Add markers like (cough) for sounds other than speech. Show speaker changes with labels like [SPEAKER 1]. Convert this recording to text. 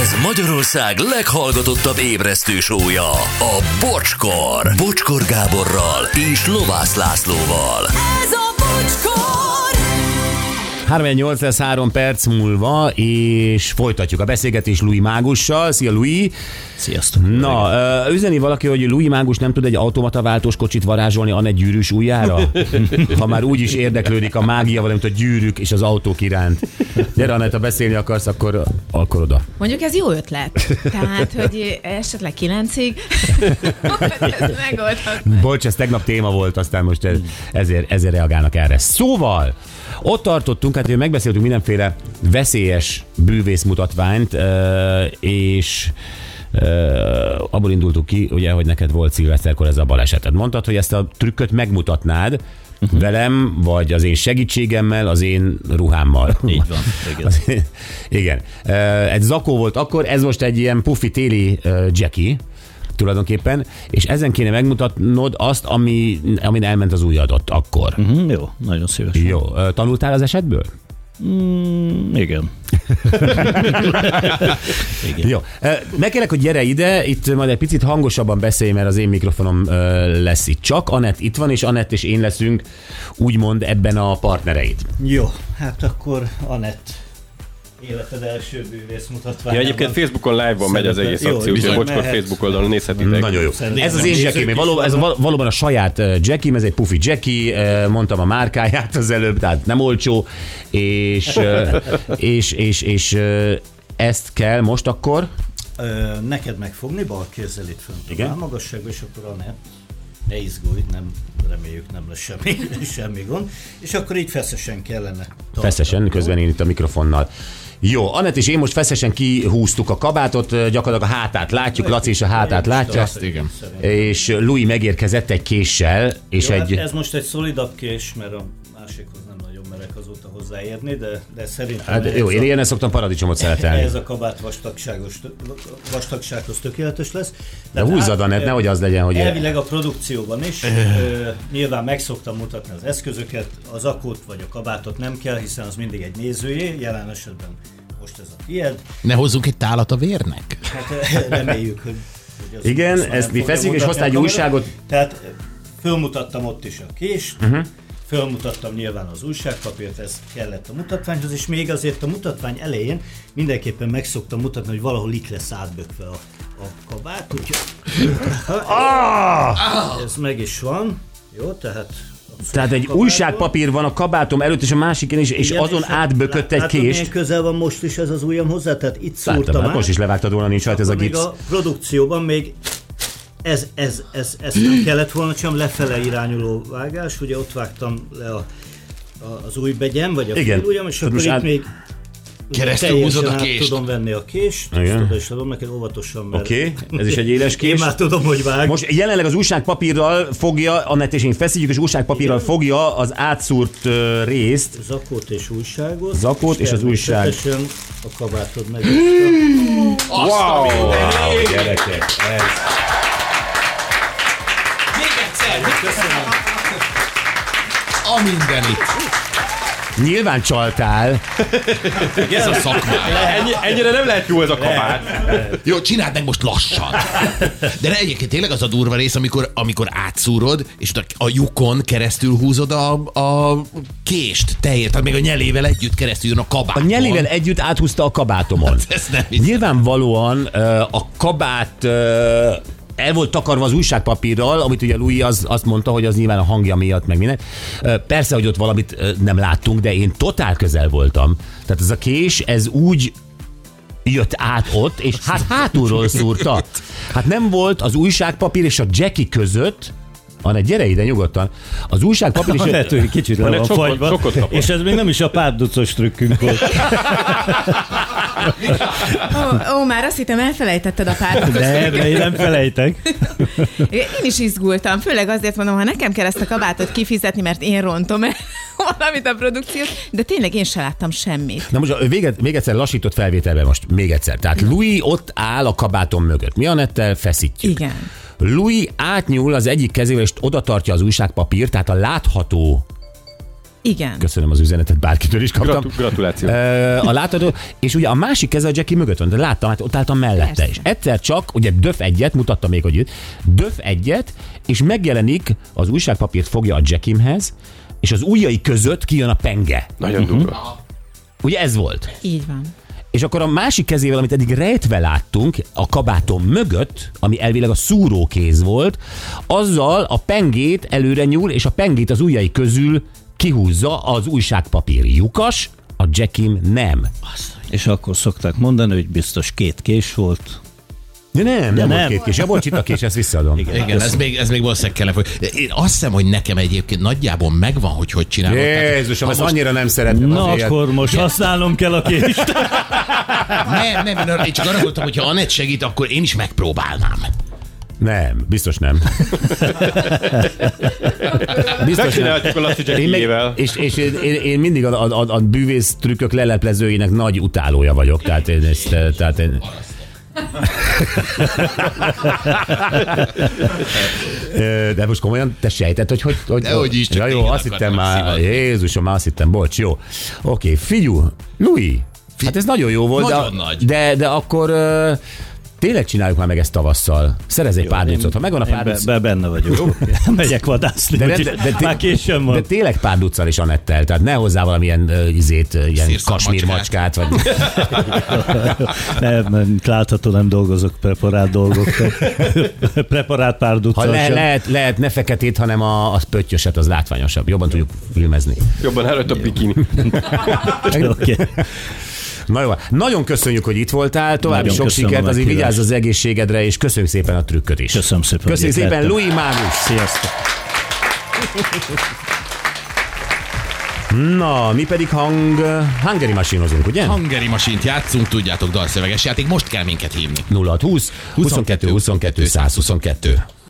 [SPEAKER 1] Ez Magyarország leghallgatottabb ébresztő sója, a Bocskor. Bocskor Gáborral és Lovász Lászlóval.
[SPEAKER 2] Ez a bocskor!
[SPEAKER 3] 3 lesz 3 perc múlva, és folytatjuk a beszélgetést Louis Mágussal. Szia Louis!
[SPEAKER 4] Sziasztok!
[SPEAKER 3] Na, ö, üzeni valaki, hogy Louis Mágus nem tud egy automata váltós kocsit varázsolni a egy gyűrűs ujjára? Ha már úgy is érdeklődik a mágia, valamint a gyűrűk és az autók iránt. Gyere, Anett, ha beszélni akarsz, akkor, akkor oda.
[SPEAKER 5] Mondjuk ez jó ötlet. Tehát, hogy esetleg kilencig,
[SPEAKER 2] (laughs)
[SPEAKER 5] ez megoldható.
[SPEAKER 3] Bocs, ez tegnap téma volt, aztán most ez, ezért, ezért reagálnak erre. Szóval, ott tartottunk, hát ugye megbeszéltünk mindenféle veszélyes bűvészmutatványt, ö, és ö, abból indultuk ki, ugye, hogy neked volt szilveszterkor ez a baleseted. Mondtad, hogy ezt a trükköt megmutatnád,
[SPEAKER 4] Mhm.
[SPEAKER 3] Uh-huh. velem, vagy az én segítségemmel, az én ruhámmal.
[SPEAKER 4] Így van, igen.
[SPEAKER 3] Az, (laughs) igen. Ö, Egy zakó volt akkor, ez most egy ilyen pufi téli ö, Jackie tulajdonképpen, és ezen kéne megmutatnod azt, ami, amin elment az ujjadat akkor.
[SPEAKER 4] Mhm, Jó, nagyon szívesen.
[SPEAKER 3] Jó, ö, tanultál az esetből?
[SPEAKER 4] Mm,
[SPEAKER 3] (laughs)
[SPEAKER 4] Igen. Igen.
[SPEAKER 3] Jó. Ö, Ne kérlek, hogy gyere ide, itt majd egy picit hangosabban beszélj, mert az én mikrofonom ö, lesz itt csak. Anett itt van, és Anett és én leszünk úgymond ebben a partnereid.
[SPEAKER 6] Jó, hát akkor Anett életed első bűvész mutatvány.
[SPEAKER 7] Ja, egyébként Facebookon live-ban megy az egész
[SPEAKER 6] Jó,
[SPEAKER 7] akció, úgyhogy
[SPEAKER 6] bizony,
[SPEAKER 7] Bocskor
[SPEAKER 6] mehet.
[SPEAKER 7] Facebook oldalon nézhetitek.
[SPEAKER 3] Nagyon jó.
[SPEAKER 6] Szerintem
[SPEAKER 3] Ez az
[SPEAKER 6] nem
[SPEAKER 3] én
[SPEAKER 6] nézzük
[SPEAKER 3] Jackie,
[SPEAKER 6] is
[SPEAKER 3] való, ez val- valóban a saját ö, Jackie, ez egy pufi Jackie, ö, mondtam a márkáját az előbb, tehát nem olcsó, és,
[SPEAKER 6] (laughs)
[SPEAKER 3] ö, és, és, és ö, ezt kell most akkor,
[SPEAKER 6] Ö, neked megfogni bal kézzel itt fönt
[SPEAKER 3] Igen.
[SPEAKER 6] a magasságban, és akkor Anett, ne izgulj, nem, reméljük nem lesz semmi, (laughs) semmi gond, és akkor így feszesen kellene tartani.
[SPEAKER 3] feszesen, közben én itt a mikrofonnal. Jó, Anett és én most feszesen kihúztuk a kabátot, ö, gyakorlatilag a hátát látjuk, Laci is a hátát látja,
[SPEAKER 6] igen.
[SPEAKER 3] és Louis megérkezett egy késsel, és
[SPEAKER 6] Jó, hát
[SPEAKER 3] egy...
[SPEAKER 6] ez most egy szolidabb kés, mert a másikhoz nem nagyon merek azóta hozzáérni, de, de szerintem...
[SPEAKER 3] Hát
[SPEAKER 6] ez
[SPEAKER 3] jó,
[SPEAKER 6] a-
[SPEAKER 3] én ilyenek szoktam paradicsomot szeretelni.
[SPEAKER 6] Ez a kabát vastagságos, vastagsághoz tökéletes lesz.
[SPEAKER 3] De
[SPEAKER 6] Tehát
[SPEAKER 3] húzzad,
[SPEAKER 6] át-
[SPEAKER 3] Anett, nehogy az legyen, hogy... Eh.
[SPEAKER 6] Elvileg a produkcióban is. ö, nyilván meg szoktam mutatni az eszközöket, az akót vagy a kabátot nem kell, hiszen az mindig egy nézőjé, jelen esetben most ez a tiéd.
[SPEAKER 8] Ne hozzunk egy tálat a vérnek?
[SPEAKER 6] Hát ö, reméljük, hogy... hogy az-
[SPEAKER 3] Igen,
[SPEAKER 6] azt már
[SPEAKER 3] ezt
[SPEAKER 6] nem
[SPEAKER 3] mi
[SPEAKER 6] fogja
[SPEAKER 3] feszünk, és
[SPEAKER 6] mutatni
[SPEAKER 3] hoztál
[SPEAKER 6] a
[SPEAKER 3] egy
[SPEAKER 6] kamera.
[SPEAKER 3] újságot. Mhm.
[SPEAKER 6] Tehát ö, fölmutattam ott is a kést, uh-huh. Fölmutattam nyilván az újságpapírt, ez kellett a mutatványhoz, és még azért a mutatvány elején mindenképpen meg szoktam mutatni, hogy valahol itt lesz átbökve a, a kabát, úgyhogy ez meg is van. Jó, tehát... abszolút
[SPEAKER 3] Ah! Tehát egy
[SPEAKER 6] kabátból.
[SPEAKER 3] újságpapír van a kabátom előtt, és a másikén is, és
[SPEAKER 6] Igen,
[SPEAKER 3] azon
[SPEAKER 6] és
[SPEAKER 3] átbökött
[SPEAKER 6] lát-
[SPEAKER 3] egy
[SPEAKER 6] látod, milyen
[SPEAKER 3] kést.
[SPEAKER 6] közel van most is ez az ujjam hozzá, tehát itt szúrtam
[SPEAKER 3] Láttam, hát
[SPEAKER 6] át.
[SPEAKER 3] most is levágtad volna, nincs rajta ez a
[SPEAKER 6] Még
[SPEAKER 3] gipsz.
[SPEAKER 6] a produkcióban még ez, ez, ez, ez nem kellett volna, csak lefele irányuló vágás, ugye ott vágtam le a, a, az új begyem, vagy a
[SPEAKER 3] Igen.
[SPEAKER 6] fél ujjam, és
[SPEAKER 3] Tudod,
[SPEAKER 6] akkor itt
[SPEAKER 3] most át-
[SPEAKER 6] még
[SPEAKER 8] Keresztül
[SPEAKER 6] teljesen
[SPEAKER 8] húzod a
[SPEAKER 6] át
[SPEAKER 8] kést.
[SPEAKER 6] tudom venni a kést,
[SPEAKER 3] Igen.
[SPEAKER 6] ezt oda is adom neked óvatosan, mert
[SPEAKER 3] Oké, ez is egy éles
[SPEAKER 6] (laughs) én
[SPEAKER 3] kés.
[SPEAKER 6] már tudom, hogy vág.
[SPEAKER 3] Most jelenleg az újságpapírral fogja, Anett és én feszítjük, és újságpapírral fogja az átszúrt ö, részt.
[SPEAKER 6] Zakót és újságot.
[SPEAKER 3] Zakót és az újság.
[SPEAKER 6] természetesen a kabátod meg.
[SPEAKER 7] Wow!
[SPEAKER 3] Gyerekek, ez.
[SPEAKER 8] A mindenit.
[SPEAKER 3] Nyilván csaltál.
[SPEAKER 8] Ez a szakmája.
[SPEAKER 7] Ennyi, ennyire nem lehet jó ez a kabát.
[SPEAKER 8] Jó, csináld meg most lassan. De ne, egyébként tényleg az a durva rész, amikor, amikor átszúrod, és utána a lyukon keresztül húzod a, a kést. Te érted, még a nyelével együtt keresztül jön a kabát.
[SPEAKER 3] A nyelével együtt áthúzta a kabátomon.
[SPEAKER 8] Ez nem hiszem.
[SPEAKER 3] Nyilvánvalóan ö, a kabát ö, el volt takarva az újságpapírral, amit ugye Louis az, azt mondta, hogy az nyilván a hangja miatt, meg minden. Ö, Persze, hogy ott valamit ö, nem láttunk, de én totál közel voltam. Tehát ez a kés, ez úgy jött át ott, és hát hátulról szúrta. Hát nem volt az újságpapír és a Jackie között, hanem gyere ide nyugodtan, az újságpapír és
[SPEAKER 6] A
[SPEAKER 3] a...
[SPEAKER 6] nető Hát kicsit le van
[SPEAKER 7] sokkot-
[SPEAKER 6] fagyva,
[SPEAKER 7] sokkot kapott.
[SPEAKER 6] és ez még nem is a párducos trükkünk volt.
[SPEAKER 5] Ó, ó, már azt hittem, elfelejtetted a párt.
[SPEAKER 6] De, de én nem felejtek.
[SPEAKER 5] Én is izgultam, főleg azért mondom, ha nekem kell ezt a kabátot kifizetni, mert én rontom el (laughs) valamit a produkciót, de tényleg én se láttam semmit.
[SPEAKER 3] Na most véget, még egyszer lassított felvételben most, még egyszer. Tehát Louis ott áll a kabátom mögött. Mi a nettel feszítjük.
[SPEAKER 5] Igen.
[SPEAKER 3] Louis átnyúl az egyik kezével, és oda tartja az újságpapírt, tehát a látható
[SPEAKER 5] Igen.
[SPEAKER 3] Köszönöm az üzenetet, bárkitől is kaptam.
[SPEAKER 7] Gratu- gratuláció.
[SPEAKER 3] Ö, a látható, és ugye a másik keze a Jackie mögött van, de láttam, hát ott álltam mellette
[SPEAKER 5] Persze.
[SPEAKER 3] is. Egyszer csak, ugye döf egyet, mutattam még, hogy jött, döf egyet, és megjelenik, az újságpapírt fogja a Jackimhez, és az ujjai között kijön a penge.
[SPEAKER 7] Nagyon durva.
[SPEAKER 3] Ugye ez volt?
[SPEAKER 5] Így van.
[SPEAKER 3] És akkor a másik kezével, amit eddig rejtve láttunk, a kabátom mögött, ami elvileg a szúrókéz volt, azzal a pengét előre nyúl, és a pengét az ujjai közül kihúzza az újságpapír lyukas, a Jackim nem.
[SPEAKER 4] És akkor szokták mondani, hogy biztos két kés volt.
[SPEAKER 3] De nem, nem, nem.
[SPEAKER 4] nem.
[SPEAKER 3] két kés. Ja, bocs, itt a kés, ezt visszaadom. Igen.
[SPEAKER 8] Igen, ez még, ez még valószínűleg kell. hogy- Én azt hiszem, hogy nekem egyébként nagyjából megvan, hogy hogy csinálod. Tehát,
[SPEAKER 3] Jézusom,
[SPEAKER 8] ha
[SPEAKER 3] ezt
[SPEAKER 8] most-
[SPEAKER 3] annyira nem szeretem.
[SPEAKER 4] Na
[SPEAKER 3] az élet.
[SPEAKER 4] akkor most használnom kell a
[SPEAKER 3] (laughs)
[SPEAKER 4] kést.
[SPEAKER 8] Nem, nem, én arra- én csak arra gondoltam, hogy ha Anett segít, akkor én is megpróbálnám.
[SPEAKER 3] Nem, biztos nem. biztos nem.
[SPEAKER 7] Megcsinálhatjuk a Laci
[SPEAKER 3] Én, meg,
[SPEAKER 7] Jackie-jével.
[SPEAKER 3] és, és én, én, én mindig a, a, a, a bűvész trükkök leleplezőjének nagy utálója vagyok. Tehát én ezt, eh, tehát én... (laughs) Ö, Eh, De most komolyan, te sejtett, hogy hogy... hogy
[SPEAKER 8] Dehogy is, csak
[SPEAKER 3] ja, jó,
[SPEAKER 8] téged
[SPEAKER 3] azt hittem
[SPEAKER 8] akarnak
[SPEAKER 3] már,
[SPEAKER 8] szivatni.
[SPEAKER 3] Jézusom, már azt hittem, bocs, jó. Oké, figyú, Lui, hát ez nagyon jó volt,
[SPEAKER 8] Nagyon
[SPEAKER 3] de,
[SPEAKER 8] nagy.
[SPEAKER 3] de, de akkor ö, tényleg csináljuk már meg ezt tavasszal. Szerez egy pár ducot, ha megvan a
[SPEAKER 4] Én
[SPEAKER 3] pár
[SPEAKER 4] be,
[SPEAKER 3] duc,
[SPEAKER 4] be, benne vagyok. (laughs) Megyek vadászni, de, de, de,
[SPEAKER 3] té-
[SPEAKER 4] már későn
[SPEAKER 3] de
[SPEAKER 4] van.
[SPEAKER 3] tényleg pár duccal is Anettel, tehát ne hozzá valamilyen uh, izét, ö, ilyen
[SPEAKER 8] Szírszal
[SPEAKER 3] kasmírmacskát, vagy
[SPEAKER 4] (laughs) Nem, nem, látható, nem dolgozok preparát
[SPEAKER 3] (laughs)
[SPEAKER 4] dolgokkal. preparát pár
[SPEAKER 3] ha
[SPEAKER 4] duccal
[SPEAKER 3] le,
[SPEAKER 4] sem.
[SPEAKER 3] lehet, lehet ne feketét, hanem a, a pöttyöset, az látványosabb, jobban tudjuk filmezni.
[SPEAKER 7] Jobban előtt a bikini.
[SPEAKER 4] (laughs) Oké.
[SPEAKER 3] Na jó, nagyon köszönjük, hogy itt voltál, további
[SPEAKER 4] Nagyon
[SPEAKER 3] sok
[SPEAKER 4] köszönöm
[SPEAKER 3] sikert,
[SPEAKER 4] a
[SPEAKER 3] azért
[SPEAKER 4] meghívást.
[SPEAKER 3] vigyázz az egészségedre, és köszönjük szépen a trükköt is.
[SPEAKER 4] Köszönöm szépen, hogy
[SPEAKER 3] Köszönjük
[SPEAKER 4] itt
[SPEAKER 3] szépen,
[SPEAKER 4] lehettem.
[SPEAKER 3] Louis Mágus.
[SPEAKER 4] Sziasztok.
[SPEAKER 3] Na, mi pedig hang, hangeri masinozunk, ugye?
[SPEAKER 8] Hangeri masint játszunk, tudjátok, dalszöveges játék, most kell minket hívni.
[SPEAKER 3] 0620 22 22 122.
[SPEAKER 8] 22 122.